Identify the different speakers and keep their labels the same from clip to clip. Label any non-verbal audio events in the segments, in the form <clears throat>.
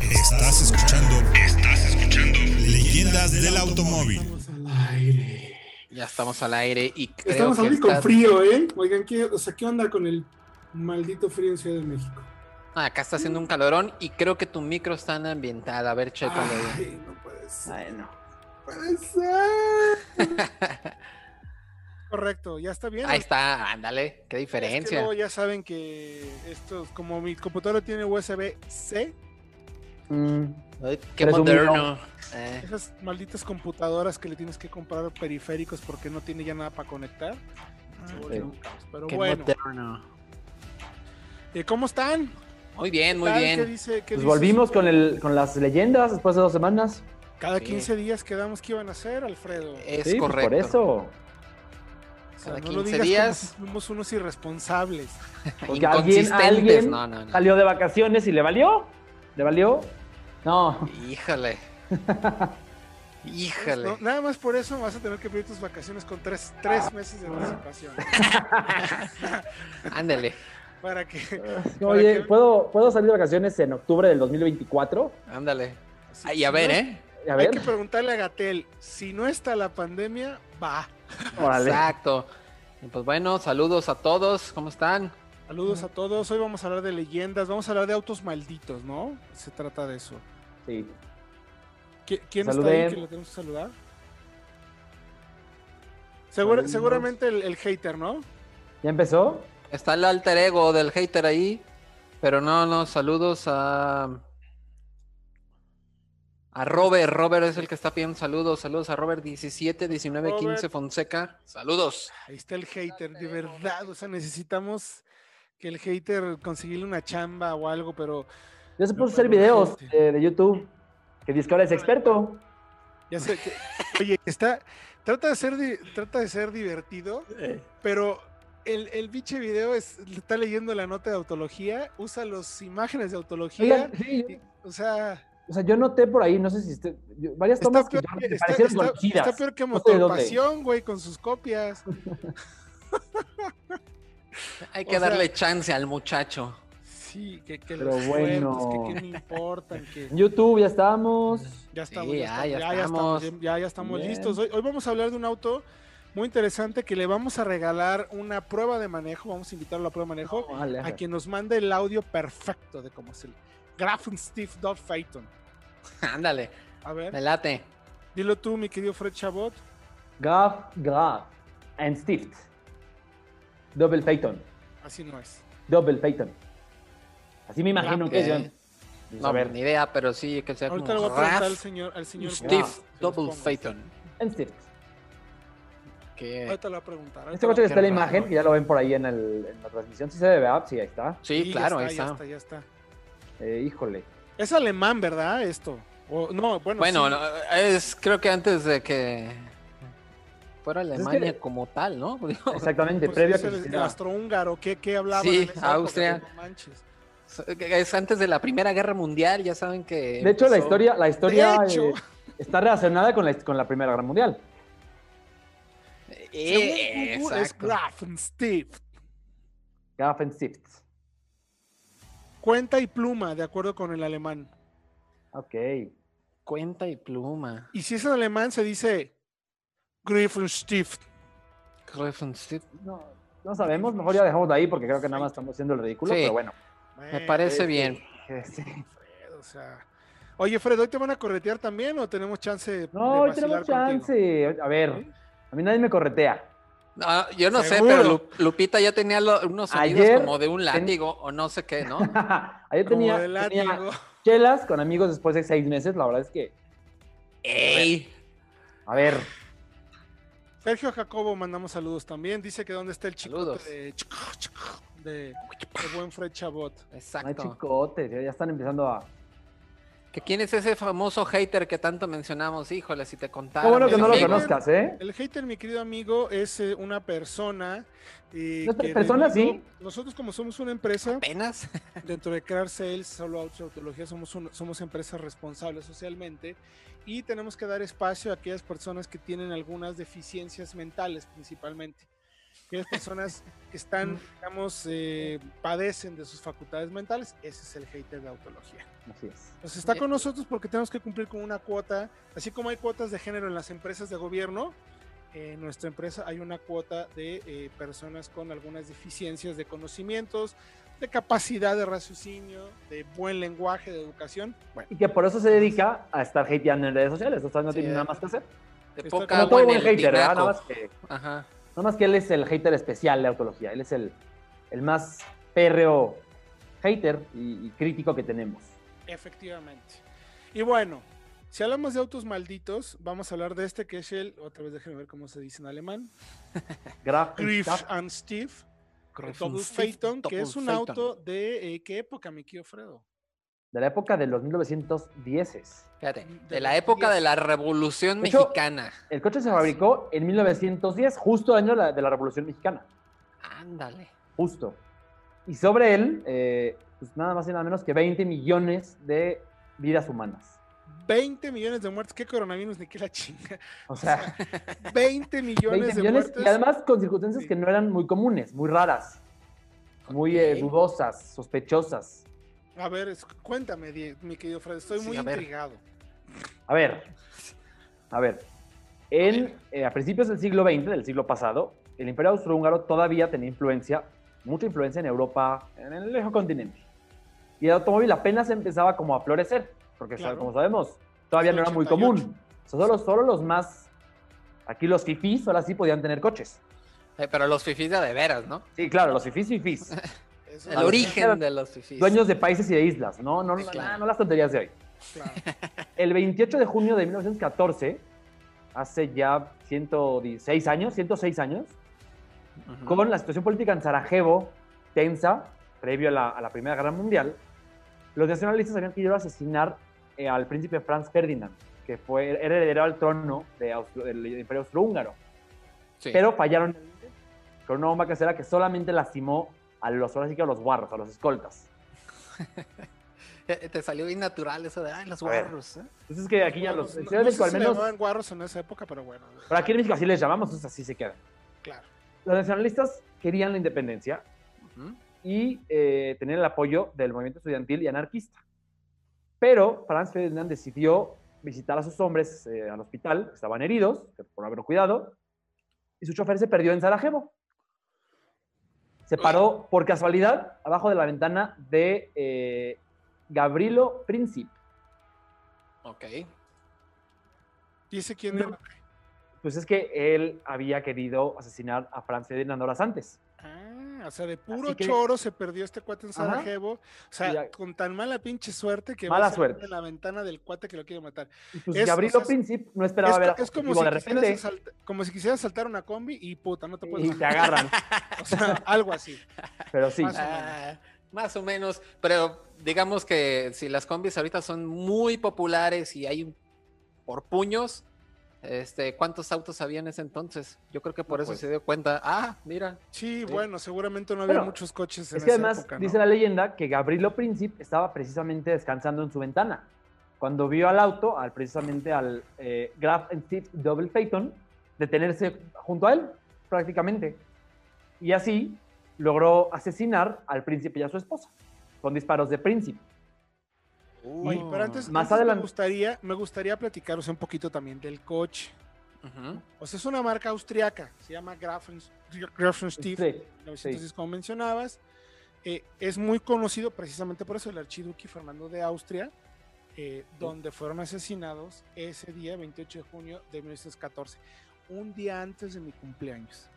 Speaker 1: Estás escuchando. Estás escuchando. Leyendas del automóvil.
Speaker 2: Estamos al aire.
Speaker 3: Ya estamos al aire y creo
Speaker 2: Estamos
Speaker 3: que
Speaker 2: al aire con
Speaker 3: está-
Speaker 2: frío, ¿eh? Oigan, ¿qué, o sea, ¿qué onda con el maldito frío en Ciudad de México?
Speaker 3: Ah, acá está haciendo un calorón y creo que tu micro está ambientada. A ver, chécalo. bien.
Speaker 2: Ay, no puede ser.
Speaker 4: Ay, no.
Speaker 2: no puede ser.
Speaker 3: <laughs>
Speaker 5: Correcto, ya está bien.
Speaker 3: Ahí está, ándale, qué
Speaker 5: Es que
Speaker 3: diferencia.
Speaker 5: luego ya saben que estos, como mi computadora tiene USB-C,
Speaker 4: Mm,
Speaker 3: Ay, qué
Speaker 4: presumido.
Speaker 3: moderno. Eh,
Speaker 5: esas malditas computadoras que le tienes que comprar periféricos porque no tiene ya nada para conectar.
Speaker 4: Ah,
Speaker 5: se
Speaker 4: eh,
Speaker 5: vuelve un caos. Pero
Speaker 3: qué
Speaker 5: bueno,
Speaker 3: moderno.
Speaker 5: Eh, ¿cómo están?
Speaker 3: Muy bien, muy
Speaker 5: ¿Tal? ¿Qué
Speaker 3: bien.
Speaker 5: dice- qué
Speaker 4: Pues
Speaker 5: dice
Speaker 4: volvimos
Speaker 5: su-
Speaker 4: con, el, con las leyendas después de dos semanas.
Speaker 5: Cada
Speaker 3: Sí.
Speaker 5: 15 días quedamos que iban a hacer, Alfredo.
Speaker 3: Es
Speaker 4: Sí, pues
Speaker 3: correcto.
Speaker 4: por eso.
Speaker 5: O
Speaker 3: cada
Speaker 5: no lo digas
Speaker 3: 15
Speaker 5: como
Speaker 3: días.
Speaker 5: si fuimos unos irresponsables.
Speaker 4: Porque alguien, alguien
Speaker 3: No, no, no.
Speaker 4: salió de vacaciones y le valió. ¿Le valió?
Speaker 5: <laughs>
Speaker 4: No. <laughs>
Speaker 3: Híjale. Híjale.
Speaker 5: No, nada más por eso vas a tener que pedir tus vacaciones con tres, tres meses de
Speaker 3: <laughs>
Speaker 5: anticipación.
Speaker 3: Ándale.
Speaker 5: para que.
Speaker 4: Oye,
Speaker 5: qué?
Speaker 4: ¿puedo, ¿puedo salir de vacaciones en octubre del 2024?
Speaker 3: Ándale.
Speaker 5: si-
Speaker 3: Ay, a
Speaker 5: si
Speaker 3: ver,
Speaker 5: no es-
Speaker 3: ¿eh?
Speaker 4: A
Speaker 5: Hay que
Speaker 4: ver,
Speaker 5: preguntarle a Gatel, si no está la pandemia, va.
Speaker 4: órale.
Speaker 3: Exacto. Y pues bueno, saludos a todos. ¿Cómo están?
Speaker 5: Saludos a todos, hoy vamos a hablar de leyendas, vamos a hablar de autos malditos, ¿no? Se trata de eso.
Speaker 4: Sí.
Speaker 5: ¿Qui- ¿Quién está
Speaker 4: Saluden.
Speaker 5: ahí que le tenemos que saludar? Segura-
Speaker 4: Saludos.
Speaker 5: seguramente el, el hater, ¿no?
Speaker 4: ¿Ya empezó?
Speaker 3: Está el alter ego del hater ahí. Pero no, no, saludos a. A Robert. Robert es el que está pidiendo saludos. Saludos a Robert 17, 19, 15
Speaker 5: Robert.
Speaker 3: Fonseca. Saludos.
Speaker 5: Ahí está el hater, de verdad, o sea, necesitamos que el hater conseguirle una chamba o algo, pero
Speaker 4: Yo se
Speaker 5: No,
Speaker 4: puse hacer
Speaker 5: pero
Speaker 4: videos
Speaker 5: gente.
Speaker 4: eh, de YouTube. Que dice que ahora es experto.
Speaker 5: ya sé que,
Speaker 4: <laughs>
Speaker 5: oye, está, trata de ser, di- trata de ser divertido, Pero el, el biche video es, está leyendo la nota de autología, usa las imágenes de autología,
Speaker 4: Oigan, sí, yo-
Speaker 5: y- o sea,
Speaker 4: o sea, yo noté por ahí, no sé si... este- yo- varias
Speaker 5: está
Speaker 4: tomas que
Speaker 5: peor,
Speaker 4: yo-
Speaker 5: que,
Speaker 4: me
Speaker 5: está,
Speaker 4: parecieron
Speaker 5: está-
Speaker 4: conocidas.
Speaker 5: está peor que
Speaker 4: No sé de dónde.
Speaker 5: Motorpasión, güey, con sus copias.
Speaker 3: Hay que
Speaker 5: O sea-
Speaker 3: darle chance al muchacho. <laughs>
Speaker 5: Sí, que, que
Speaker 4: Pero
Speaker 5: los
Speaker 4: bueno.
Speaker 5: muertos, que qué me importan,
Speaker 4: <laughs>
Speaker 5: que...
Speaker 4: En YouTube ya estamos.
Speaker 5: Ya
Speaker 3: Sí,
Speaker 5: estamos, ya, estamos, ya,
Speaker 3: ya, ya
Speaker 5: ya estamos,
Speaker 3: estamos.
Speaker 5: ya- ya estamos
Speaker 4: Bien.
Speaker 5: listos. Hoy, hoy vamos a hablar de un auto muy interesante que le vamos a regalar una prueba de manejo, vamos a invitarlo a prueba de manejo,
Speaker 4: Vale.
Speaker 5: a quien nos mande el audio perfecto de cómo es el Grafenstift Dot Phaeton.
Speaker 3: Ándale,
Speaker 5: A ver.
Speaker 3: me late.
Speaker 5: Dilo tú, mi querido Fred Chabot.
Speaker 4: Graf, Graf, and Stift. Double Phaeton.
Speaker 5: Así no es.
Speaker 4: Double Phaeton. Así me imagino que es.
Speaker 3: Ok.
Speaker 4: John.
Speaker 3: Eh, No,
Speaker 4: a ver,
Speaker 3: ni idea, pero sí, que sea
Speaker 5: Ahorita le voy
Speaker 3: como
Speaker 5: a preguntar al
Speaker 3: Raf
Speaker 5: señor. Al señor
Speaker 3: Steve
Speaker 5: Graf, se los
Speaker 3: Double
Speaker 5: pongo.
Speaker 3: Phaeton.
Speaker 4: and Stift.
Speaker 3: Que...
Speaker 5: Ahorita le voy a preguntar. ahorita
Speaker 4: Este coche
Speaker 5: le-
Speaker 4: que está en la
Speaker 3: qué raro.
Speaker 4: imagen, que ya lo ven por ahí en, el- en la transmisión. Sí se ve, ¿verdad? Sí, ahí está.
Speaker 3: Sí,
Speaker 5: ya
Speaker 3: claro, ahí
Speaker 5: ya
Speaker 3: está.
Speaker 5: Ya está,
Speaker 4: Eh, híjole.
Speaker 5: Es alemán, ¿verdad? Esto. O- no, bueno.
Speaker 3: Bueno,
Speaker 5: sí.
Speaker 3: no, es, creo que antes de que fuera
Speaker 4: es que-
Speaker 3: Alemania como tal, ¿no? <laughs> Digo,
Speaker 4: Exactamente,
Speaker 5: Pues
Speaker 4: previo a
Speaker 5: es
Speaker 4: que
Speaker 5: el- el
Speaker 4: existiera-
Speaker 5: astrohúngaro, ¿qué, qué hablaba?
Speaker 3: Sí, Austria.
Speaker 5: No manches.
Speaker 3: es antes de la Primera Guerra Mundial, ya saben que...
Speaker 4: De hecho, la
Speaker 3: empezó-
Speaker 4: historia, la historia
Speaker 5: De hecho.
Speaker 4: eh, está relacionada con la, con la Primera Guerra Mundial.
Speaker 3: Eh,
Speaker 5: Según Google, es
Speaker 3: exacto.
Speaker 5: Grafenstift.
Speaker 4: Graf and Stift.
Speaker 5: Cuenta y pluma, de acuerdo con el alemán.
Speaker 4: Ok.
Speaker 3: Cuenta y pluma.
Speaker 5: Y si es en alemán, se dice Grafenstift.
Speaker 3: Grafenstift.
Speaker 4: No, no sabemos, mejor ya dejamos de ahí porque creo que nada más estamos haciendo el ridículo,
Speaker 3: Sí.
Speaker 4: pero bueno. <laughs>
Speaker 3: Me
Speaker 5: Bueno,
Speaker 3: parece
Speaker 4: sí.
Speaker 3: bien.
Speaker 5: eh,
Speaker 4: Sí.
Speaker 5: Fred, o sea. Oye, Fred, ¿hoy te van a corretear también o tenemos chance de
Speaker 4: No, hoy
Speaker 5: vacilar
Speaker 4: tenemos
Speaker 5: contigo?
Speaker 4: chance. A ver, a mí nadie me corretea. <laughs>
Speaker 3: No, yo no sé,
Speaker 5: Seguro.
Speaker 3: pero Lu- Lupita ya tenía lo- unos sonidos
Speaker 4: Ayer
Speaker 3: como de un látigo o no sé qué,
Speaker 4: <laughs>
Speaker 3: ¿no?
Speaker 4: Ayer
Speaker 5: Como
Speaker 4: tenía,
Speaker 5: de
Speaker 4: tenía
Speaker 5: látigo.
Speaker 4: chelas con amigos después de seis meses. La verdad es que,
Speaker 3: ¡Ey!
Speaker 4: a ver,
Speaker 5: Sergio Jacobo, mandamos saludos también. Dice que dónde está el chico
Speaker 3: Saludos.
Speaker 5: de, de, de buen Fred Chabot.
Speaker 4: no hay
Speaker 3: Exacto.
Speaker 4: chicotes. Ya ya están empezando a.
Speaker 3: ¿Que ¿Quién es ese famoso hater que tanto mencionamos? Híjole, si te contara.
Speaker 4: Qué bueno que
Speaker 3: mis
Speaker 4: no lo
Speaker 3: amigos.
Speaker 4: conozcas, ¿eh?
Speaker 5: El hater, mi querido amigo, es eh, una persona. eh,
Speaker 4: ¿No es
Speaker 5: que
Speaker 4: persona,
Speaker 5: debido-
Speaker 4: sí?
Speaker 5: Nosotros, como somos una empresa,
Speaker 3: Apenas. <laughs>
Speaker 5: dentro de Car Sales, Solo Autos y Autología, somos, un- somos empresas responsables socialmente y tenemos que dar espacio a aquellas personas que tienen algunas deficiencias mentales principalmente. aquellas personas que
Speaker 4: <laughs>
Speaker 5: están, digamos, eh, padecen de sus facultades mentales, ese es el hater de autología.
Speaker 4: Así es.
Speaker 5: Entonces pues, está
Speaker 3: Ya.
Speaker 5: con nosotros porque tenemos que cumplir con una cuota, así como hay cuotas de género en las empresas de gobierno, en nuestra empresa hay una cuota de eh, personas con algunas deficiencias de conocimientos, de capacidad de raciocinio, de buen lenguaje, de educación. Bueno,
Speaker 4: Y que por eso se dedica a estar hateando en redes sociales. O sea, no tiene
Speaker 5: Sí.
Speaker 4: nada más que hacer.
Speaker 3: De
Speaker 5: Está
Speaker 3: poca
Speaker 5: como
Speaker 4: Como
Speaker 3: agua
Speaker 4: todo
Speaker 3: en
Speaker 4: buen
Speaker 3: el
Speaker 4: hater, ¿verdad?
Speaker 3: tinaco.
Speaker 4: Nada más, que,
Speaker 3: Ajá.
Speaker 4: nada más que él es el hater especial de autología. Él es el, el más férreo hater y, y crítico que tenemos.
Speaker 5: efectivamente. Y bueno, si hablamos de autos malditos, vamos a hablar de este que es el, otra vez déjenme ver cómo se dice en alemán,
Speaker 4: Graf
Speaker 5: Griff
Speaker 4: Staff.
Speaker 5: and Steve,
Speaker 3: Griff
Speaker 5: Double
Speaker 3: and Steve,
Speaker 5: Phaeton, que
Speaker 3: Double
Speaker 5: es un
Speaker 3: Phaeton.
Speaker 5: auto de, eh, ¿qué época, mi querido Fredo?
Speaker 4: de la época de los 1910s.
Speaker 3: Fíjate,
Speaker 5: De
Speaker 3: de la
Speaker 5: los
Speaker 3: época de
Speaker 5: diez.
Speaker 3: la Revolución
Speaker 4: De hecho-
Speaker 3: Mexicana.
Speaker 4: El coche se fabricó en 1910, justo año de la- de la Revolución Mexicana.
Speaker 3: Ándale.
Speaker 4: Justo. Y sobre él, eh, pues nada más y nada menos que 20 millones de vidas humanas.
Speaker 5: 20 millones de muertes. ¿Qué coronavirus? Ni que la chinga. <laughs>
Speaker 4: O sea,
Speaker 5: 20 millones
Speaker 4: 20
Speaker 5: de
Speaker 4: millones
Speaker 5: muertes.
Speaker 4: y además con circunstancias
Speaker 5: Sí.
Speaker 4: que no eran muy comunes, muy raras, muy eh,
Speaker 3: Ok.
Speaker 4: dudosas, sospechosas.
Speaker 5: A ver, es- cuéntame, Die- mi querido Fred. Estoy
Speaker 3: Sí,
Speaker 5: muy
Speaker 3: a ver.
Speaker 5: intrigado.
Speaker 4: A ver, a ver. En, eh, a principios del siglo XX, del siglo pasado, el imperio austrohúngaro todavía tenía influencia, mucha influencia en Europa, en el lejos continente. Y el automóvil apenas empezaba como a florecer, porque sabe-
Speaker 5: Claro.
Speaker 4: como sabemos, todavía no era muy
Speaker 5: 88.
Speaker 4: común. O sea, solo, solo los más, aquí los fifís, ahora sí podían tener coches.
Speaker 3: Eh, pero los fifís de, de veras, ¿no?
Speaker 4: Sí, claro, los
Speaker 3: <laughs>
Speaker 4: fifís, fifís.
Speaker 5: Eso
Speaker 3: El
Speaker 5: es-
Speaker 3: origen de los fifís.
Speaker 4: Dueños de países y de islas, no, no,
Speaker 3: Sí,
Speaker 4: no,
Speaker 3: claro.
Speaker 4: no las tonterías de hoy.
Speaker 5: Claro.
Speaker 4: El 28 de junio de 1914, hace ya 116 años, 106 años,
Speaker 3: Ujú.
Speaker 4: con la situación política en Sarajevo tensa, previo a la, a la Primera Guerra Mundial, los nacionalistas habían querido asesinar eh, al príncipe Franz Ferdinand, que fue, era heredero al trono de Austro- del Imperio Austrohúngaro.
Speaker 3: Sí.
Speaker 4: Pero fallaron en el intento, con una bomba casera que solamente lastimó a los, ahora sí que a los guarros, a los escoltas.
Speaker 3: Eh, Te salió bien natural eso de, ay, los
Speaker 4: A ver.
Speaker 3: guarros. ¿eh?
Speaker 4: Entonces es que <laughs> aquí ya los...
Speaker 5: No,
Speaker 4: en
Speaker 5: no
Speaker 4: Ciudad de
Speaker 5: sé
Speaker 4: México, al
Speaker 5: si le
Speaker 4: menos-
Speaker 5: llamaban guarros en esa época, pero bueno.
Speaker 4: pero aquí en México así les llamamos, entonces así se quedan.
Speaker 5: Claro.
Speaker 4: Los nacionalistas querían la independencia,
Speaker 3: Ujú.
Speaker 4: y eh, tener el apoyo del movimiento estudiantil y anarquista. Pero Franz Ferdinand decidió visitar a sus hombres eh, al hospital, que estaban heridos que por haberlo cuidado, y su chofer se perdió en Sarajevo. Se paró por casualidad abajo de la ventana de eh, Gabrilo Princip.
Speaker 3: Ok.
Speaker 5: Dice quién
Speaker 4: No.
Speaker 5: era.
Speaker 4: Pues es que él había querido asesinar a Franz Ferdinand horas antes.
Speaker 5: Ah, o sea, de puro
Speaker 4: Así que-
Speaker 5: choro se perdió este cuate en
Speaker 4: Ajá.
Speaker 5: Sarajevo. O sea,
Speaker 4: Y ya-
Speaker 5: con tan mala pinche suerte que
Speaker 4: Mala
Speaker 5: a
Speaker 4: suerte.
Speaker 5: en la ventana del cuate que lo quiere matar.
Speaker 4: Y pues
Speaker 5: Es- o
Speaker 4: Gabrilo
Speaker 5: sea, es-
Speaker 4: Princip no esperaba
Speaker 5: es,
Speaker 4: ver a
Speaker 5: co- es como,
Speaker 4: objetivo
Speaker 5: si
Speaker 4: de
Speaker 5: quisieras
Speaker 4: repente
Speaker 5: asalt- como si quisieras saltar una combi y puta, pues, no te puedes
Speaker 4: y te
Speaker 5: bajar.
Speaker 4: agarran.
Speaker 5: <laughs> O sea, algo así.
Speaker 4: Pero sí.
Speaker 5: Más o menos.
Speaker 3: Ah, más o menos. Pero digamos que si las combis ahorita son muy populares y hay un- por puños, este, ¿cuántos autos había en ese entonces? Yo creo que por
Speaker 4: No,
Speaker 3: eso
Speaker 4: pues.
Speaker 3: se dio cuenta. Ah, mira.
Speaker 5: Sí,
Speaker 3: Sí.
Speaker 5: bueno, seguramente no había
Speaker 4: Bueno,
Speaker 5: muchos coches en
Speaker 4: Es que
Speaker 5: esa
Speaker 4: además
Speaker 5: época, ¿no?
Speaker 4: dice la leyenda que Gabrilo Princip estaba precisamente descansando en su ventana. Cuando vio al auto, al, precisamente al eh, Graf and Steve Double Phaeton, detenerse junto a él, prácticamente. Y así logró asesinar al príncipe y a su esposa, con disparos de príncipe.
Speaker 5: Oye, pero antes,
Speaker 4: Más
Speaker 5: antes
Speaker 4: adelante.
Speaker 5: me gustaría, me gustaría platicaros un poquito también del coche.
Speaker 3: Ujú.
Speaker 5: O sea, es una marca austriaca, se llama Grafen, Grafenstief,
Speaker 4: Sí,
Speaker 5: 1906, como mencionabas. Eh, es muy conocido precisamente por eso el archiduque Fernando de Austria, eh, donde fueron asesinados ese día, 28 de junio de 1914, un día antes de mi cumpleaños.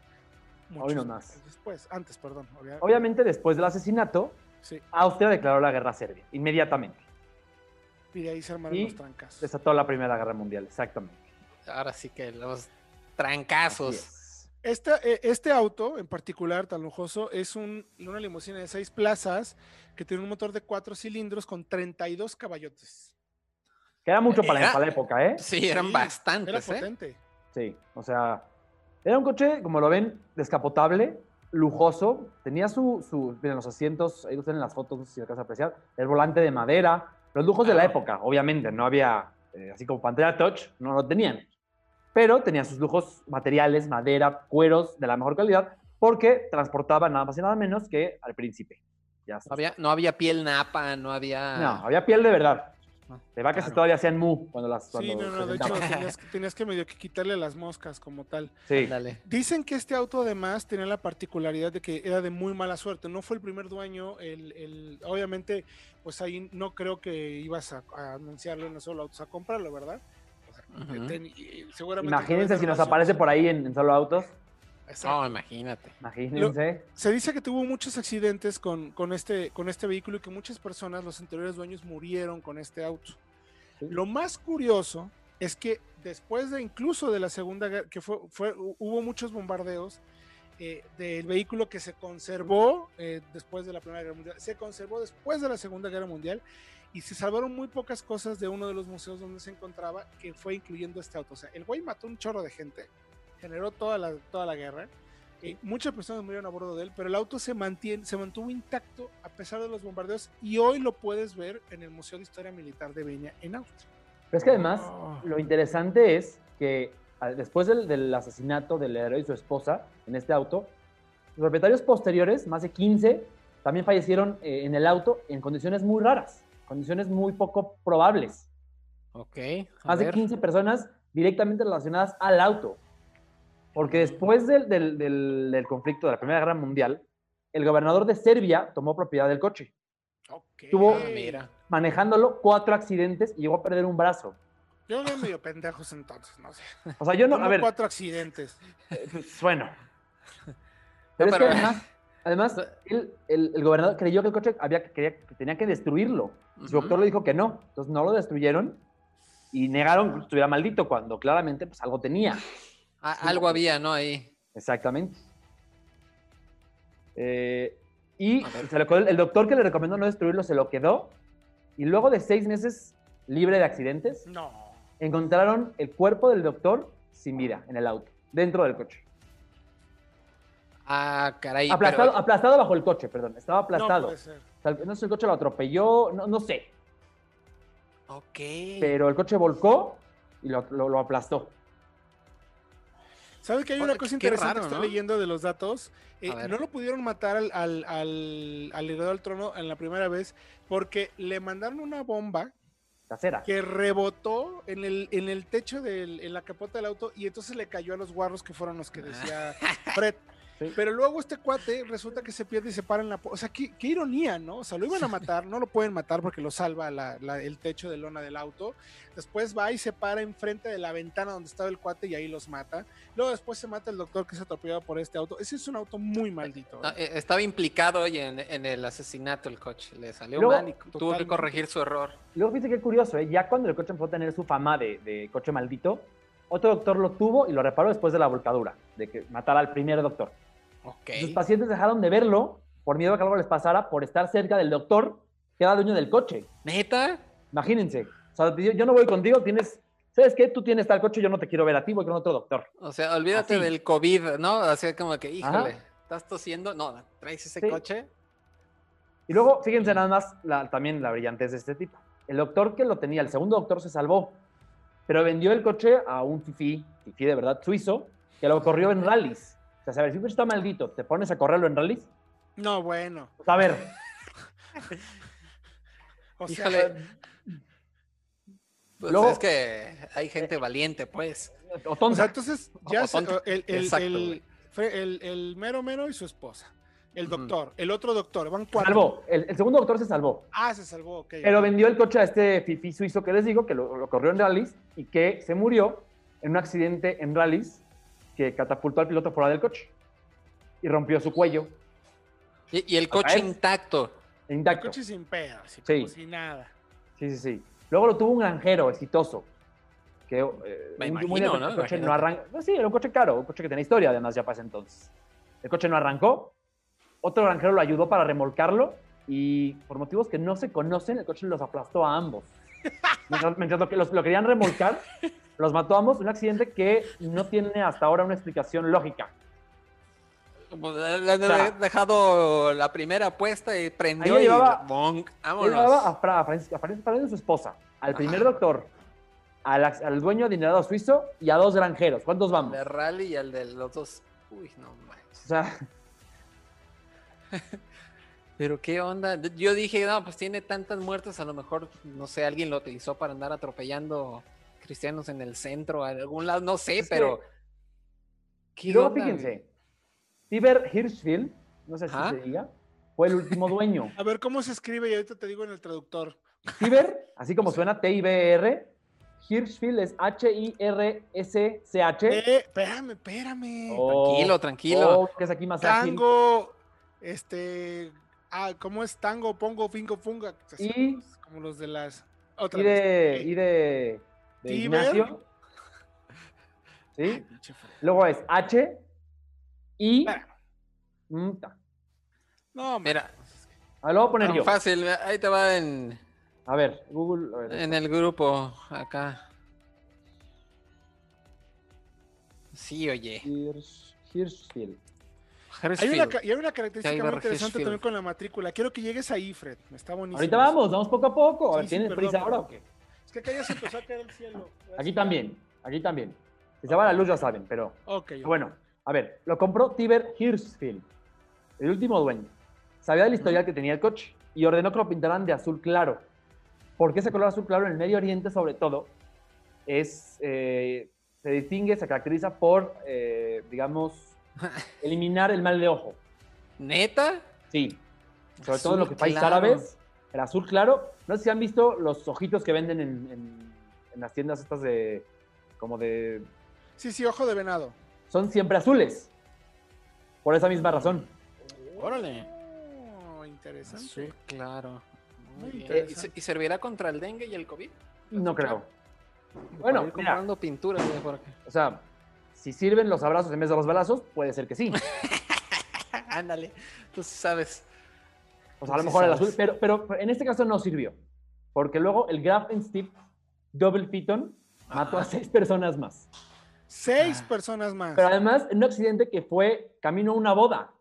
Speaker 5: Muchos
Speaker 4: nomás.
Speaker 5: meses Después, antes, perdón. obvia-
Speaker 4: Obviamente, después del asesinato,
Speaker 5: Sí,
Speaker 4: Austria declaró la guerra a Serbia, inmediatamente.
Speaker 5: y de ahí se armaron
Speaker 4: Y
Speaker 5: los trancas.
Speaker 4: Desató la Primera Guerra Mundial, exactamente.
Speaker 3: Ahora sí que los
Speaker 4: Así
Speaker 3: trancazos.
Speaker 4: es.
Speaker 5: Esta, eh, este auto en particular, tan lujoso, es un, una limusina de seis plazas que tiene un motor de cuatro cilindros con 32 caballotes.
Speaker 4: Que era mucho para,
Speaker 3: Era-
Speaker 5: ah.
Speaker 4: para la época, ¿eh?
Speaker 3: Sí, eran
Speaker 5: Sí, Era
Speaker 3: bastantes, ¿eh?
Speaker 5: potente.
Speaker 4: Sí, o sea, era un coche, como lo ven, descapotable, lujoso. Tenía su, su miren, los asientos, ahí lo tienen las fotos, no sé si alcanzas a apreciar, el volante de madera, los lujos de la
Speaker 3: Claro.
Speaker 4: época, obviamente, no había, eh, así como Pantera Touch, no lo tenían. Pero tenía sus lujos materiales, madera, cueros de la mejor calidad, porque transportaba nada más y nada menos que al príncipe. Ya está.
Speaker 3: No había, no había piel napa, no había.
Speaker 5: Ah.
Speaker 4: No, había piel de verdad.
Speaker 3: No,
Speaker 4: De vacas
Speaker 3: claro.
Speaker 4: que todavía hacían mu cuando las.
Speaker 5: Sí,
Speaker 4: cuando
Speaker 5: no, no,
Speaker 4: se
Speaker 5: de hecho
Speaker 4: sentaban.
Speaker 5: tenías, que- tenías que medio que quitarle las moscas como tal.
Speaker 4: Sí.
Speaker 3: Ándale.
Speaker 5: Dicen que este auto además tenía la particularidad de que era de muy mala suerte. No fue el primer dueño. El, el- obviamente, pues ahí no creo que ibas a, a anunciarle no solo autos a comprarlo, ¿verdad? O sea,
Speaker 3: Ujú.
Speaker 5: ten- y- y seguramente
Speaker 4: Imagínense
Speaker 5: tuvo
Speaker 4: si nos
Speaker 5: información.
Speaker 4: aparece por ahí en, en solo autos.
Speaker 5: Exacto.
Speaker 3: No, imagínate.
Speaker 4: Imagínense.
Speaker 5: Se dice que tuvo muchos accidentes con, con este, con este vehículo y que muchas personas, los anteriores dueños, murieron con este auto.
Speaker 4: Sí.
Speaker 5: Lo más curioso es que después de incluso de la Segunda Guerra, que fue, fue- hu- hubo muchos bombardeos eh, del vehículo que se conservó eh, después de la Primera Guerra Mundial, se conservó después de la Segunda Guerra Mundial y se salvaron muy pocas cosas de uno de los museos donde se encontraba, que fue incluyendo este auto. O sea, el güey mató un chorro de gente, generó toda la, toda la guerra. Eh, muchas personas murieron a bordo de él, pero el auto se, mantiene, se mantuvo intacto a pesar de los bombardeos y hoy lo puedes ver en el Museo de Historia Militar de Viña en Austria.
Speaker 4: Pero es que además,
Speaker 5: Oh.
Speaker 4: lo interesante es que al- después del, del asesinato del héroe y su esposa en este auto, los propietarios posteriores, más de 15, también fallecieron eh, en el auto en condiciones muy raras, condiciones muy poco probables.
Speaker 3: Ok. a
Speaker 4: más de
Speaker 3: ver.
Speaker 4: 15 personas directamente relacionadas al auto. Porque después del, del- del- del conflicto de la Primera Guerra Mundial, el gobernador de Serbia tomó propiedad del coche,
Speaker 5: Ok.
Speaker 4: Tuvo-
Speaker 3: Ah, mira.
Speaker 4: manejándolo cuatro accidentes y llegó a perder un brazo.
Speaker 5: Yo veo medio pendejos entonces, no sé.
Speaker 4: O sea,
Speaker 3: <laughs>
Speaker 4: yo no, a
Speaker 5: Tuvo
Speaker 4: ver,
Speaker 5: cuatro accidentes.
Speaker 4: pues, bueno. Pero es que
Speaker 3: pero-
Speaker 4: además, además, él- el, el gobernador creyó que el coche había, que- quería- que tenía que destruirlo. Y Su
Speaker 3: Ujú.
Speaker 4: doctor le dijo que no. Entonces no lo destruyeron y negaron que estuviera maldito cuando claramente pues, algo tenía.
Speaker 3: A- Ah, algo había, ¿no? Ahí.
Speaker 4: Exactamente. Eh, y
Speaker 3: A ver.
Speaker 4: se lo quedó- el doctor que le recomendó no destruirlo se lo quedó. Y luego de seis meses libre de accidentes,
Speaker 5: No.
Speaker 4: encontraron el cuerpo del doctor sin vida en el auto, dentro del coche.
Speaker 3: Ah, caray.
Speaker 4: aplastado,
Speaker 3: pero- pues.
Speaker 4: aplastado bajo el coche, perdón. Estaba
Speaker 5: No
Speaker 4: aplastado.
Speaker 5: puede ser.
Speaker 4: O sea, no sé si el coche lo atropelló, no, no sé.
Speaker 3: Ok.
Speaker 4: Pero el coche volcó y lo, lo- lo aplastó.
Speaker 5: ¿Sabes que hay
Speaker 3: Ahora,
Speaker 5: una cosa
Speaker 3: qué
Speaker 5: interesante
Speaker 3: raro,
Speaker 5: que estoy
Speaker 3: ¿no?
Speaker 5: leyendo de los datos? Eh,
Speaker 3: A ver.
Speaker 5: no lo pudieron matar al, al, al, al heredero del trono en la primera vez porque le mandaron una bomba
Speaker 4: Casera.
Speaker 5: que rebotó en el, en el techo del, en la capota del auto y entonces le cayó a los guarros que fueron los que decía Fred.
Speaker 4: Sí.
Speaker 5: Pero luego este cuate resulta que se pierde y se para en la... po- O sea, qué, qué ironía, ¿no? O sea, lo iban a matar, no lo pueden matar porque lo salva la- la- el techo de lona del auto. Después va y se para enfrente de la ventana donde estaba el cuate y ahí los mata. Luego después se mata el doctor que es atropellado por este auto. Ese es un auto muy maldito.
Speaker 3: No,
Speaker 5: ¿eh?
Speaker 3: eh, estaba implicado oye, en, en el asesinato el coche. Le salió
Speaker 4: Luego-
Speaker 3: mal y tuvo que
Speaker 5: Totalmente.
Speaker 3: corregir su error.
Speaker 4: Luego fíjate qué curioso, ¿eh? ya cuando el coche empezó a tener su fama de, de coche maldito, otro doctor lo tuvo y lo reparó después de la volcadura, de que matara al primer doctor.
Speaker 3: Ok.
Speaker 4: Sus pacientes dejaron de verlo por miedo a que algo les pasara por estar cerca del doctor que era dueño del coche.
Speaker 3: ¿Neta?
Speaker 4: Imagínense. O sea, yo, yo no voy contigo, tienes. ¿Sabes qué? Tú tienes tal coche, yo no te quiero ver a ti, voy con otro doctor.
Speaker 3: O sea, olvídate
Speaker 4: Así.
Speaker 3: del COVID, ¿no? Así como que,
Speaker 4: Ajá.
Speaker 3: híjole, ¿estás tosiendo? No, ¿traes ese
Speaker 4: Sí.
Speaker 3: coche?
Speaker 4: Y luego, fíjense nada más la- también la brillantez de este tipo. El doctor que lo tenía, el segundo doctor se salvó, pero vendió el coche a un fifí, fifí de verdad suizo, que lo corrió en rallies. O sea, saber si un coche está maldito, ¿te pones a correrlo en rallies?
Speaker 5: No, bueno.
Speaker 4: Pues, a ver,
Speaker 5: O sea,
Speaker 3: Híjole. Pues
Speaker 4: mm, Luego-
Speaker 3: es que hay gente valiente, pues.
Speaker 4: o
Speaker 5: O sea,
Speaker 4: tonta.
Speaker 5: entonces
Speaker 3: O-
Speaker 5: ya
Speaker 3: o
Speaker 5: se-
Speaker 3: tonta.
Speaker 5: el, el-
Speaker 3: Exacto,
Speaker 5: el-
Speaker 3: güey.
Speaker 5: fue el- el mero mero y su esposa. El
Speaker 3: Ujú.
Speaker 5: doctor, el otro doctor, van
Speaker 4: Se
Speaker 5: cuatro.
Speaker 4: salvó. El, el segundo doctor se salvó,
Speaker 5: Ah, se salvó, ok.
Speaker 4: pero vendió el coche a este fifí suizo que les digo, que lo, lo corrió en rallies y que se murió en un accidente en rallies que catapultó al piloto fuera del coche y rompió su cuello
Speaker 3: Y, y el coche
Speaker 4: ver.
Speaker 3: intacto.
Speaker 5: el
Speaker 4: intacto.
Speaker 5: coche sin pedo, así
Speaker 4: Sí.
Speaker 5: como si nada.
Speaker 4: Sí, sí, sí. Luego lo tuvo un granjero exitoso. Que, eh,
Speaker 3: Me
Speaker 4: un-
Speaker 3: imagino,
Speaker 4: muy de-
Speaker 3: ¿no?
Speaker 4: el coche no
Speaker 3: Imagínate.
Speaker 4: arranca. No, sí, era un coche caro, un coche que tenía historia, además, ya para ese entonces. El coche no arrancó. Otro granjero lo ayudó para remolcarlo y por motivos que no se conocen, el coche los aplastó a
Speaker 3: <laughs>
Speaker 4: ambos. Mientras, mientras lo, que- los, lo querían remolcar, los mató a ambos. Un accidente que no tiene hasta ahora una explicación lógica.
Speaker 3: Como le- le han
Speaker 4: sea-
Speaker 3: dejado la primera apuesta y prendió
Speaker 4: Ahí
Speaker 3: y
Speaker 4: llevaba-
Speaker 3: bonk, vámonos.
Speaker 4: Llevaba a, Fra, a Francisco, a Francisco Fernández, su esposa, al primer
Speaker 3: Ajá.
Speaker 4: doctor, al, ac- al dueño adinerado suizo y a dos granjeros. ¿Cuántos
Speaker 3: Al
Speaker 4: vamos?
Speaker 3: de rally y al de los dos Uy, no manches.
Speaker 4: O
Speaker 3: <laughs>
Speaker 4: sea,
Speaker 3: Pero qué onda. D- Yo dije, no, pues tiene tantas muertes, a lo mejor, no sé, alguien lo utilizó para andar atropellando cristianos en el centro, en algún lado, no sé,
Speaker 4: Es que-
Speaker 3: pero.
Speaker 4: y
Speaker 3: ¿Qué
Speaker 4: luego
Speaker 3: onda, güey?
Speaker 4: fíjense, Tiber Hirschfield, no sé si
Speaker 3: Ajá.
Speaker 4: se diga, fue el
Speaker 3: <laughs>
Speaker 4: último dueño.
Speaker 5: A ver, ¿cómo se escribe? Y ahorita te digo en el traductor.
Speaker 4: Tiber, así como suena T-I-B-E-R, Hirschfield es H-I-R-S-C-H.
Speaker 5: Eh, espérame, espérame.
Speaker 4: Oh,
Speaker 3: Tranquilo, tranquilo.
Speaker 4: Oh, que es aquí más ágil.
Speaker 5: tango, este. Ah, ¿cómo es tango? Pongo, fingo, funga. así
Speaker 4: Y-
Speaker 5: como los- como los de las. Otra
Speaker 4: Y de, y de, de
Speaker 5: Tiber.
Speaker 3: <laughs>
Speaker 4: Ignacio.
Speaker 5: vez.
Speaker 4: ¿Sí? Luego es H, I,
Speaker 3: Ah.
Speaker 5: Espérame.
Speaker 4: mm, ta.
Speaker 5: No, man.
Speaker 3: Mira,
Speaker 4: Ah, lo voy a poner
Speaker 3: tan
Speaker 4: yo.
Speaker 3: fácil. Ahí te va en,
Speaker 4: A ver, Google. a ver.
Speaker 3: en el grupo, acá. Sí, oye.
Speaker 4: Hirsch- Hirschfield.
Speaker 5: Hay una,
Speaker 3: Hirschfield.
Speaker 5: ca- y hay una característica
Speaker 3: Tiger
Speaker 5: muy interesante
Speaker 3: Hirschfield.
Speaker 5: también con la matrícula. Quiero que llegues ahí, Fred. Está buenísimo.
Speaker 4: Ahorita vamos, vamos poco a poco. A ver,
Speaker 5: Sí, sí,
Speaker 4: ¿tienes
Speaker 5: perdón,
Speaker 4: prisa ahora
Speaker 5: perdón.
Speaker 4: o qué?
Speaker 5: Es que acá ya se empezó a caer el cielo.
Speaker 4: Aquí también, aquí también. Si se va la luz ya saben, pero
Speaker 5: Ok. ok.
Speaker 4: bueno. A ver, lo compró Tiber Hirschfield, el último dueño. Sabía del historial que tenía el coche y ordenó que lo pintaran de azul claro. Porque ese color azul claro en el Medio Oriente, sobre todo, es, eh, se distingue, se caracteriza por, eh,
Speaker 5: <laughs>
Speaker 4: digamos, eliminar el mal de ojo.
Speaker 3: ¿Neta?
Speaker 4: Sí, sobre todo en
Speaker 3: Azul
Speaker 4: los países
Speaker 3: claro.
Speaker 4: árabes, el azul claro. No sé si han visto los ojitos que venden en, en- en las tiendas estas de, como de,
Speaker 5: Sí, sí, ojo de venado.
Speaker 4: son siempre azules. Por esa misma razón. Oh,
Speaker 5: Órale. Oh, interesante.
Speaker 3: Azul, claro. Muy
Speaker 5: Muy
Speaker 3: bien.
Speaker 5: interesante.
Speaker 3: ¿Y se- ¿Y servirá contra el dengue y el COVID?
Speaker 4: No creo.
Speaker 3: Bueno,
Speaker 4: Bueno,
Speaker 3: ir
Speaker 4: mira,
Speaker 3: comprando pintura güey, por acá.
Speaker 4: o sea, si sirven los abrazos en vez de los balazos, puede ser que sí.
Speaker 3: <laughs> Ándale, tú sí sabes.
Speaker 4: O sea, a lo
Speaker 3: Sí
Speaker 4: mejor el
Speaker 3: sabes.
Speaker 4: azul, pero, pero en este caso no sirvió. Porque luego el Grafenstift Double Piton mató a
Speaker 3: Ajá.
Speaker 4: seis personas más.
Speaker 5: Seis
Speaker 3: Ah.
Speaker 5: personas más.
Speaker 4: Pero además, en un accidente que fue camino a una boda.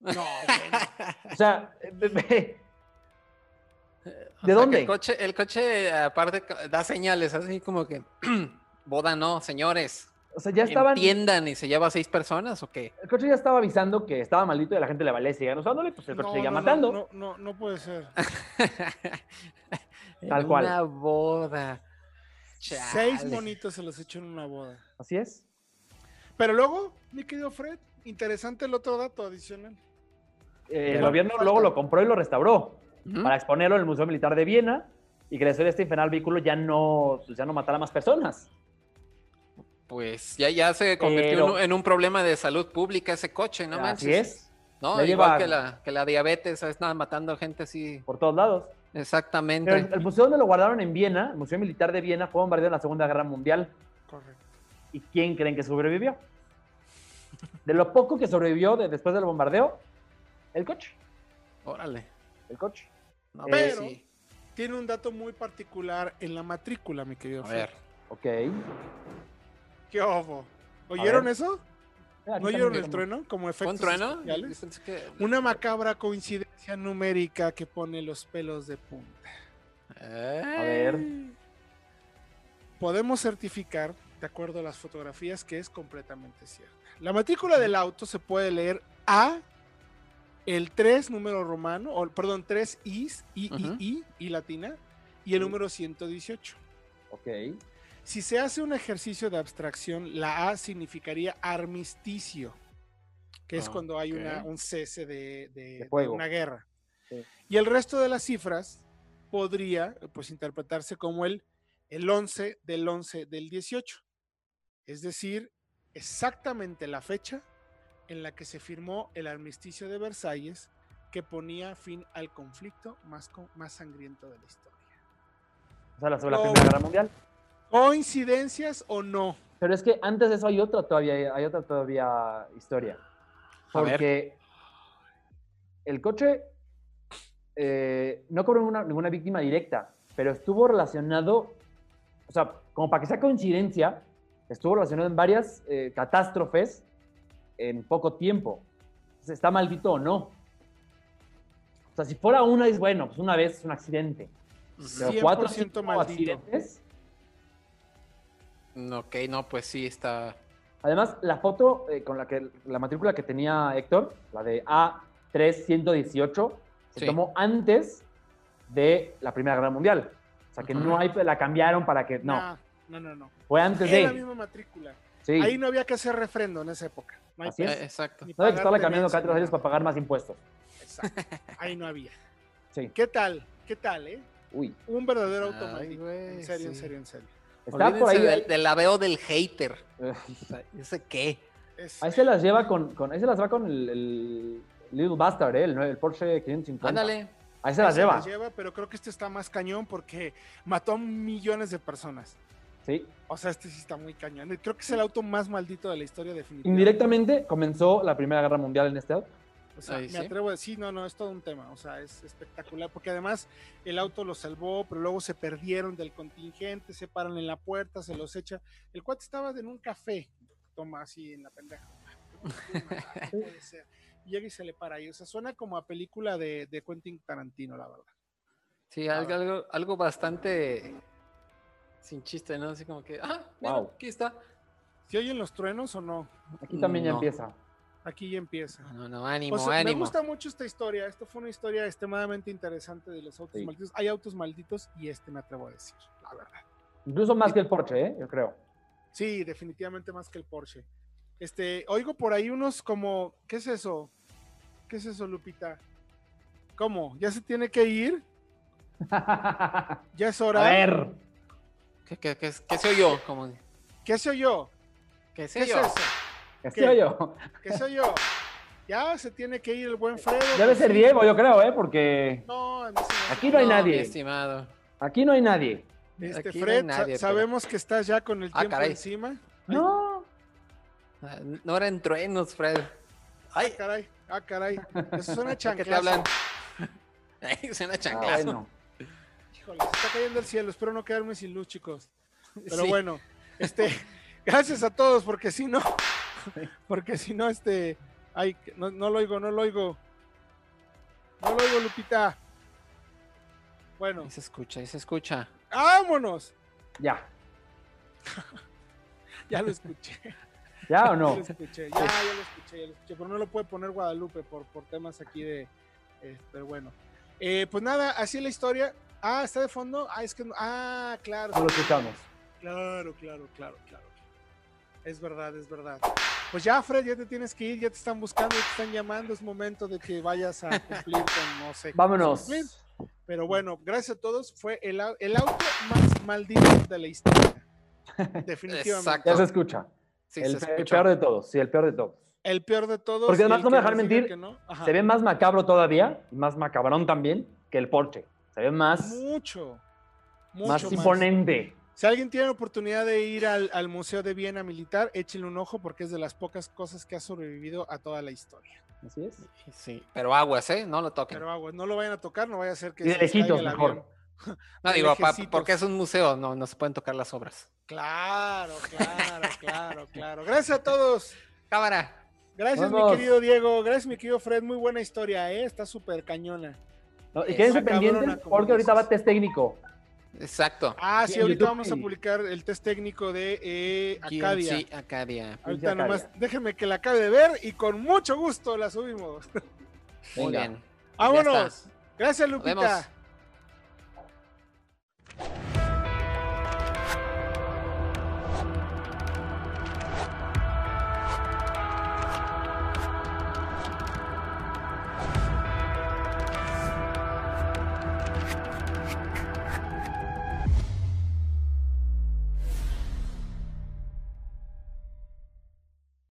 Speaker 5: No, bueno.
Speaker 4: O sea, <laughs> ¿de
Speaker 3: O sea, que
Speaker 4: dónde?
Speaker 3: El coche, el coche, aparte, ca- da señales así como que <clears throat> boda no, señores.
Speaker 4: O sea, ya estaban.
Speaker 3: Entiendan y se lleva a seis personas o qué.
Speaker 4: El coche ya estaba avisando que estaba maldito y a la gente le valía seguir usándole, pues el coche
Speaker 5: No,
Speaker 4: seguía
Speaker 5: no, no,
Speaker 4: matando.
Speaker 5: No, no, no puede
Speaker 4: <laughs>
Speaker 5: ser.
Speaker 4: Tal
Speaker 3: En
Speaker 4: cual.
Speaker 3: Una boda.
Speaker 5: Seis
Speaker 3: Chale.
Speaker 5: monitos se los echó en una boda.
Speaker 4: Así es.
Speaker 5: Pero luego, mi querido Fred, interesante el otro dato adicional.
Speaker 4: Eh, el
Speaker 5: Pero-
Speaker 4: gobierno luego lo compró y lo restauró
Speaker 3: Ujú.
Speaker 4: para exponerlo en el Museo Militar de Viena y que la historia de este infernal vehículo ya no, pues, ya no matara más personas.
Speaker 3: Pues ya, ya se convirtió en
Speaker 4: Pero-
Speaker 3: un- en un problema de salud pública ese coche, ¿no manches?
Speaker 4: Así es,
Speaker 3: No,
Speaker 4: Ya
Speaker 3: igual
Speaker 4: lleva-
Speaker 3: que la, que la diabetes, están matando gente así.
Speaker 4: por todos lados.
Speaker 3: Exactamente.
Speaker 4: Pero el, el museo donde lo guardaron en Viena, el Museo Militar de Viena, fue bombardeado en la Segunda Guerra Mundial.
Speaker 5: Correcto.
Speaker 4: ¿Y quién creen que sobrevivió? De lo poco que sobrevivió de- después del bombardeo, el coche.
Speaker 3: Órale.
Speaker 4: El coche.
Speaker 3: No,
Speaker 4: Eh,
Speaker 3: pues,
Speaker 5: Pero-
Speaker 3: sí.
Speaker 5: Tiene un dato muy particular en la matrícula, mi querido
Speaker 3: A
Speaker 5: Fred.
Speaker 3: ver.
Speaker 4: Ok. Aquí
Speaker 5: ¿Qué obo? ¿Oyeron eso? ¿No
Speaker 4: también
Speaker 5: oyeron
Speaker 4: tengo-
Speaker 5: el trueno como
Speaker 3: ¿Fue
Speaker 5: efectos
Speaker 3: un trueno?
Speaker 5: especiales?
Speaker 3: Yo pensé que-
Speaker 5: Una macabra coincidencia numérica que pone los pelos de punta.
Speaker 3: Eh,
Speaker 4: A ver.
Speaker 5: Podemos certificar, de acuerdo a las fotografías, que es completamente cierta. La matrícula del auto se puede leer A, el 3 número romano, o perdón, 3 Is, I,
Speaker 3: Ujú.
Speaker 5: I, I, I latina, y el
Speaker 4: Sí.
Speaker 5: número 118.
Speaker 4: Ok.
Speaker 5: Si se hace un ejercicio de abstracción, la A significaría armisticio, que es
Speaker 3: Ah,
Speaker 5: cuando hay una,
Speaker 3: ok.
Speaker 5: un cese de, de- de
Speaker 4: fuego.
Speaker 5: una guerra.
Speaker 4: Sí.
Speaker 5: Y el resto de las cifras podría pues, interpretarse como el, el 11 del 11 del 18, es decir, exactamente la fecha en la que se firmó el armisticio de Versalles que ponía fin al conflicto más, co- más sangriento de la historia.
Speaker 4: O sea, la, sobre la
Speaker 5: No.
Speaker 4: Primera Guerra Mundial.
Speaker 5: ¿Coincidencias o no?
Speaker 4: Pero es que antes de eso hay otra todavía, hay otra todavía historia.
Speaker 3: A ver.
Speaker 4: Porque el coche eh, no cobró ninguna, ninguna víctima directa, pero estuvo relacionado, o sea, como para que sea coincidencia, estuvo relacionado en varias eh, catástrofes en poco tiempo. Entonces, ¿Está maldito o no? O sea, si fuera una, es bueno, pues una vez es un accidente. Pero cuatro
Speaker 5: 100%
Speaker 4: cinco
Speaker 5: maldito.
Speaker 4: accidentes,
Speaker 3: Mm, Ok, no, pues sí, está.
Speaker 4: Además, la foto eh, con la que la matrícula que tenía Héctor, la de A3118, se
Speaker 3: Sí.
Speaker 4: tomó antes de la Primera Guerra Mundial. O sea que
Speaker 3: Ujú.
Speaker 4: no hay, la cambiaron para que. No,
Speaker 5: Nah, no, no, no.
Speaker 4: fue antes
Speaker 5: Era la
Speaker 4: de.
Speaker 5: misma matrícula.
Speaker 4: Sí.
Speaker 5: Ahí no había que hacer refrendo en esa época. No hay
Speaker 4: Así es.
Speaker 5: pedo.
Speaker 3: Eh, Exacto.
Speaker 5: Ni
Speaker 4: No hay
Speaker 5: pagar
Speaker 4: que estarla cambiando
Speaker 5: tenencia,
Speaker 4: cada tres
Speaker 5: ni
Speaker 4: años
Speaker 5: nada.
Speaker 4: para pagar más impuestos.
Speaker 5: Exacto.
Speaker 4: <laughs>
Speaker 5: Ahí no había.
Speaker 4: Sí.
Speaker 5: ¿Qué tal? ¿Qué tal, eh?
Speaker 4: Uy.
Speaker 5: Un verdadero
Speaker 3: Ay,
Speaker 5: automático.
Speaker 3: güey,
Speaker 5: En serio, en
Speaker 3: sí.
Speaker 5: serio, en serio.
Speaker 4: Está por
Speaker 3: Olvídense
Speaker 4: ahí.
Speaker 3: Del, del aveo del hater.
Speaker 4: eh,
Speaker 3: O sea, ¿Ese qué?
Speaker 5: Es-
Speaker 4: Ahí se las lleva con. con- ahí se las va con el, el Little Bastard, ¿eh? El, nue- el Porsche 550.
Speaker 3: Ándale.
Speaker 4: Ahí se las
Speaker 5: se
Speaker 4: lleva.
Speaker 5: pero creo que este está más cañón porque mató a millones de personas.
Speaker 4: Sí.
Speaker 5: O sea, este sí está muy cañón. Creo que es el auto más maldito de la historia definitivamente.
Speaker 4: Indirectamente comenzó la Primera Guerra Mundial en este auto.
Speaker 5: O sea,
Speaker 3: Ahí
Speaker 5: me
Speaker 3: sí.
Speaker 5: atrevo a decir, no, no, es todo un tema, o sea, es espectacular, porque además el auto lo salvó, pero luego se perdieron del contingente, se paran en la puerta, se los echa. El cuate estaba en un café, toma así en la
Speaker 3: <laughs>
Speaker 5: pendeja. No puede ser. Llega y se le para ahí, o sea, suena como a película de, de Quentin Tarantino, la verdad.
Speaker 3: Sí, algo, algo, algo bastante sin chiste, ¿no? Así como que, ah, mira,
Speaker 4: Wow.
Speaker 3: aquí está.
Speaker 5: ¿Se oyen los truenos o no?
Speaker 4: Aquí también ya
Speaker 3: No.
Speaker 4: empieza.
Speaker 5: Aquí ya empieza.
Speaker 3: No, no, ánimo,
Speaker 5: O sea, me
Speaker 3: ánimo.
Speaker 5: gusta mucho esta historia. Esto fue una historia extremadamente interesante de los autos
Speaker 4: Sí.
Speaker 5: malditos. Hay autos malditos y este me atrevo a decir, la verdad.
Speaker 4: Incluso más que el Porsche, ¿eh? Yo creo.
Speaker 5: Sí, definitivamente más que el Porsche. Este, oigo por ahí unos como, ¿qué es eso? ¿Qué es eso, Lupita? ¿Cómo? ¿Ya se tiene que ir?
Speaker 4: A
Speaker 5: ¿Ya es hora?
Speaker 4: ver.
Speaker 3: ¿Qué, qué, qué, qué soy yo? Como,
Speaker 5: ¿Qué soy yo?
Speaker 3: ¿Qué soy
Speaker 5: ¿Qué es
Speaker 3: yo?
Speaker 5: eso?
Speaker 4: Así soy yo.
Speaker 5: ¿Qué soy yo? Ya se tiene que ir el buen Fredo.
Speaker 4: Debe
Speaker 5: pues
Speaker 4: ser
Speaker 5: sí.
Speaker 4: Diego, yo creo, ¿eh? Porque
Speaker 5: No, a mí se me hace-
Speaker 4: aquí no hay
Speaker 3: mi
Speaker 4: nadie.
Speaker 3: estimado.
Speaker 4: Aquí no hay nadie.
Speaker 5: Este,
Speaker 3: Aquí no hay
Speaker 5: Fred, sa-
Speaker 3: nadie, pero-
Speaker 5: sabemos que estás ya con el
Speaker 3: Ah,
Speaker 5: tiempo
Speaker 3: caray.
Speaker 5: encima.
Speaker 4: No.
Speaker 3: Ah, No eran truenos, Fred. Ay,
Speaker 5: Ah, caray, ah, caray. Eso suena
Speaker 3: <laughs> ¿de ¿qué te
Speaker 5: chanclazo. Ah,
Speaker 3: hablan? Ay, suena
Speaker 4: Ay,
Speaker 3: chanclazo.
Speaker 4: no.
Speaker 5: Híjole, se está cayendo el cielo. Espero no quedarme sin luz, chicos. Pero
Speaker 3: Sí.
Speaker 5: bueno, este, <laughs> gracias a todos, porque si no, <laughs> porque si no, este, ay, que- no, no lo oigo, no lo oigo. No lo oigo, Lupita. Bueno,
Speaker 3: Ahí se escucha, ahí se escucha.
Speaker 5: vámonos.
Speaker 4: Ya.
Speaker 5: Ya lo
Speaker 4: <laughs>
Speaker 5: escuché.
Speaker 4: ¿Ya o
Speaker 5: Ya <laughs>
Speaker 4: no?
Speaker 5: lo escuché, ya, ya lo escuché, ya lo escuché, pero no lo puede poner Guadalupe por, por temas aquí de. eh, pero bueno. Eh, pues nada, así es la historia. Ah, está de fondo. Ah, es que. no- Ah, claro.
Speaker 4: No lo escuchamos.
Speaker 5: Claro, claro, claro, claro. Es verdad, es verdad. Pues ya, Fred, ya te tienes que ir, ya te están buscando, ya te están llamando, es momento de que vayas a cumplir
Speaker 4: <laughs>
Speaker 5: con no sé. qué
Speaker 4: Vámonos.
Speaker 5: cumplir. Pero bueno, gracias a todos, fue el, au- el auto más maldito de la
Speaker 4: <laughs>
Speaker 5: historia. Definitivamente.
Speaker 3: Exacto.
Speaker 4: Ya se escucha.
Speaker 3: Sí,
Speaker 4: El
Speaker 3: se
Speaker 4: pe- el
Speaker 3: escucha.
Speaker 4: peor de todos. Sí, el peor de todos.
Speaker 5: El peor de todos.
Speaker 4: Porque
Speaker 5: y el
Speaker 4: además no
Speaker 5: que
Speaker 4: me dejarán
Speaker 5: nos diga
Speaker 4: mentir,
Speaker 5: que no, ajá.
Speaker 4: Se ve más macabro todavía, y más macabrón también, que el Porsche. Se ve más,
Speaker 5: mucho. Mucho
Speaker 4: más
Speaker 5: más.
Speaker 4: imponente.
Speaker 5: Si alguien tiene la oportunidad de ir al, al Museo de Viena Militar, échenle un ojo porque es de las pocas cosas que ha sobrevivido a toda la historia.
Speaker 4: Así es.
Speaker 3: Sí, pero aguas, ¿eh? No lo toquen.
Speaker 5: Pero agua, no lo vayan a tocar, no vaya a ser que
Speaker 4: Y de
Speaker 5: se les caiga
Speaker 4: lejitos,
Speaker 5: el
Speaker 4: mejor.
Speaker 5: avión.
Speaker 3: no digo, pa-
Speaker 5: lejecitos.
Speaker 3: porque es un museo, no, no se pueden tocar las obras.
Speaker 5: Claro, claro, claro, claro. Gracias a todos.
Speaker 3: Cámara.
Speaker 5: Gracias,
Speaker 4: Vamos.
Speaker 5: mi querido Diego. Gracias, mi querido Fred. Muy buena historia, ¿eh? Está súper cañona.
Speaker 4: No, y
Speaker 3: Es
Speaker 4: quédense
Speaker 5: macabrona,
Speaker 4: pendientes
Speaker 5: como
Speaker 4: porque ahorita
Speaker 5: dices.
Speaker 4: va test técnico.
Speaker 3: Exacto.
Speaker 5: Ah,
Speaker 4: Sí,
Speaker 5: sí,
Speaker 4: en
Speaker 5: ahorita
Speaker 4: YouTube
Speaker 5: vamos a
Speaker 4: sí.
Speaker 5: publicar el test técnico de eh, Acadia.
Speaker 3: Sí, Acadia.
Speaker 5: Ahorita
Speaker 4: Acadia.
Speaker 5: nomás, déjenme que la acabe de ver y con mucho gusto la subimos. <laughs>
Speaker 3: Muy
Speaker 4: Venga.
Speaker 3: bien. Pues ya
Speaker 5: Vámonos.
Speaker 3: está.
Speaker 5: Gracias,
Speaker 3: Nos vemos.
Speaker 5: Lupita.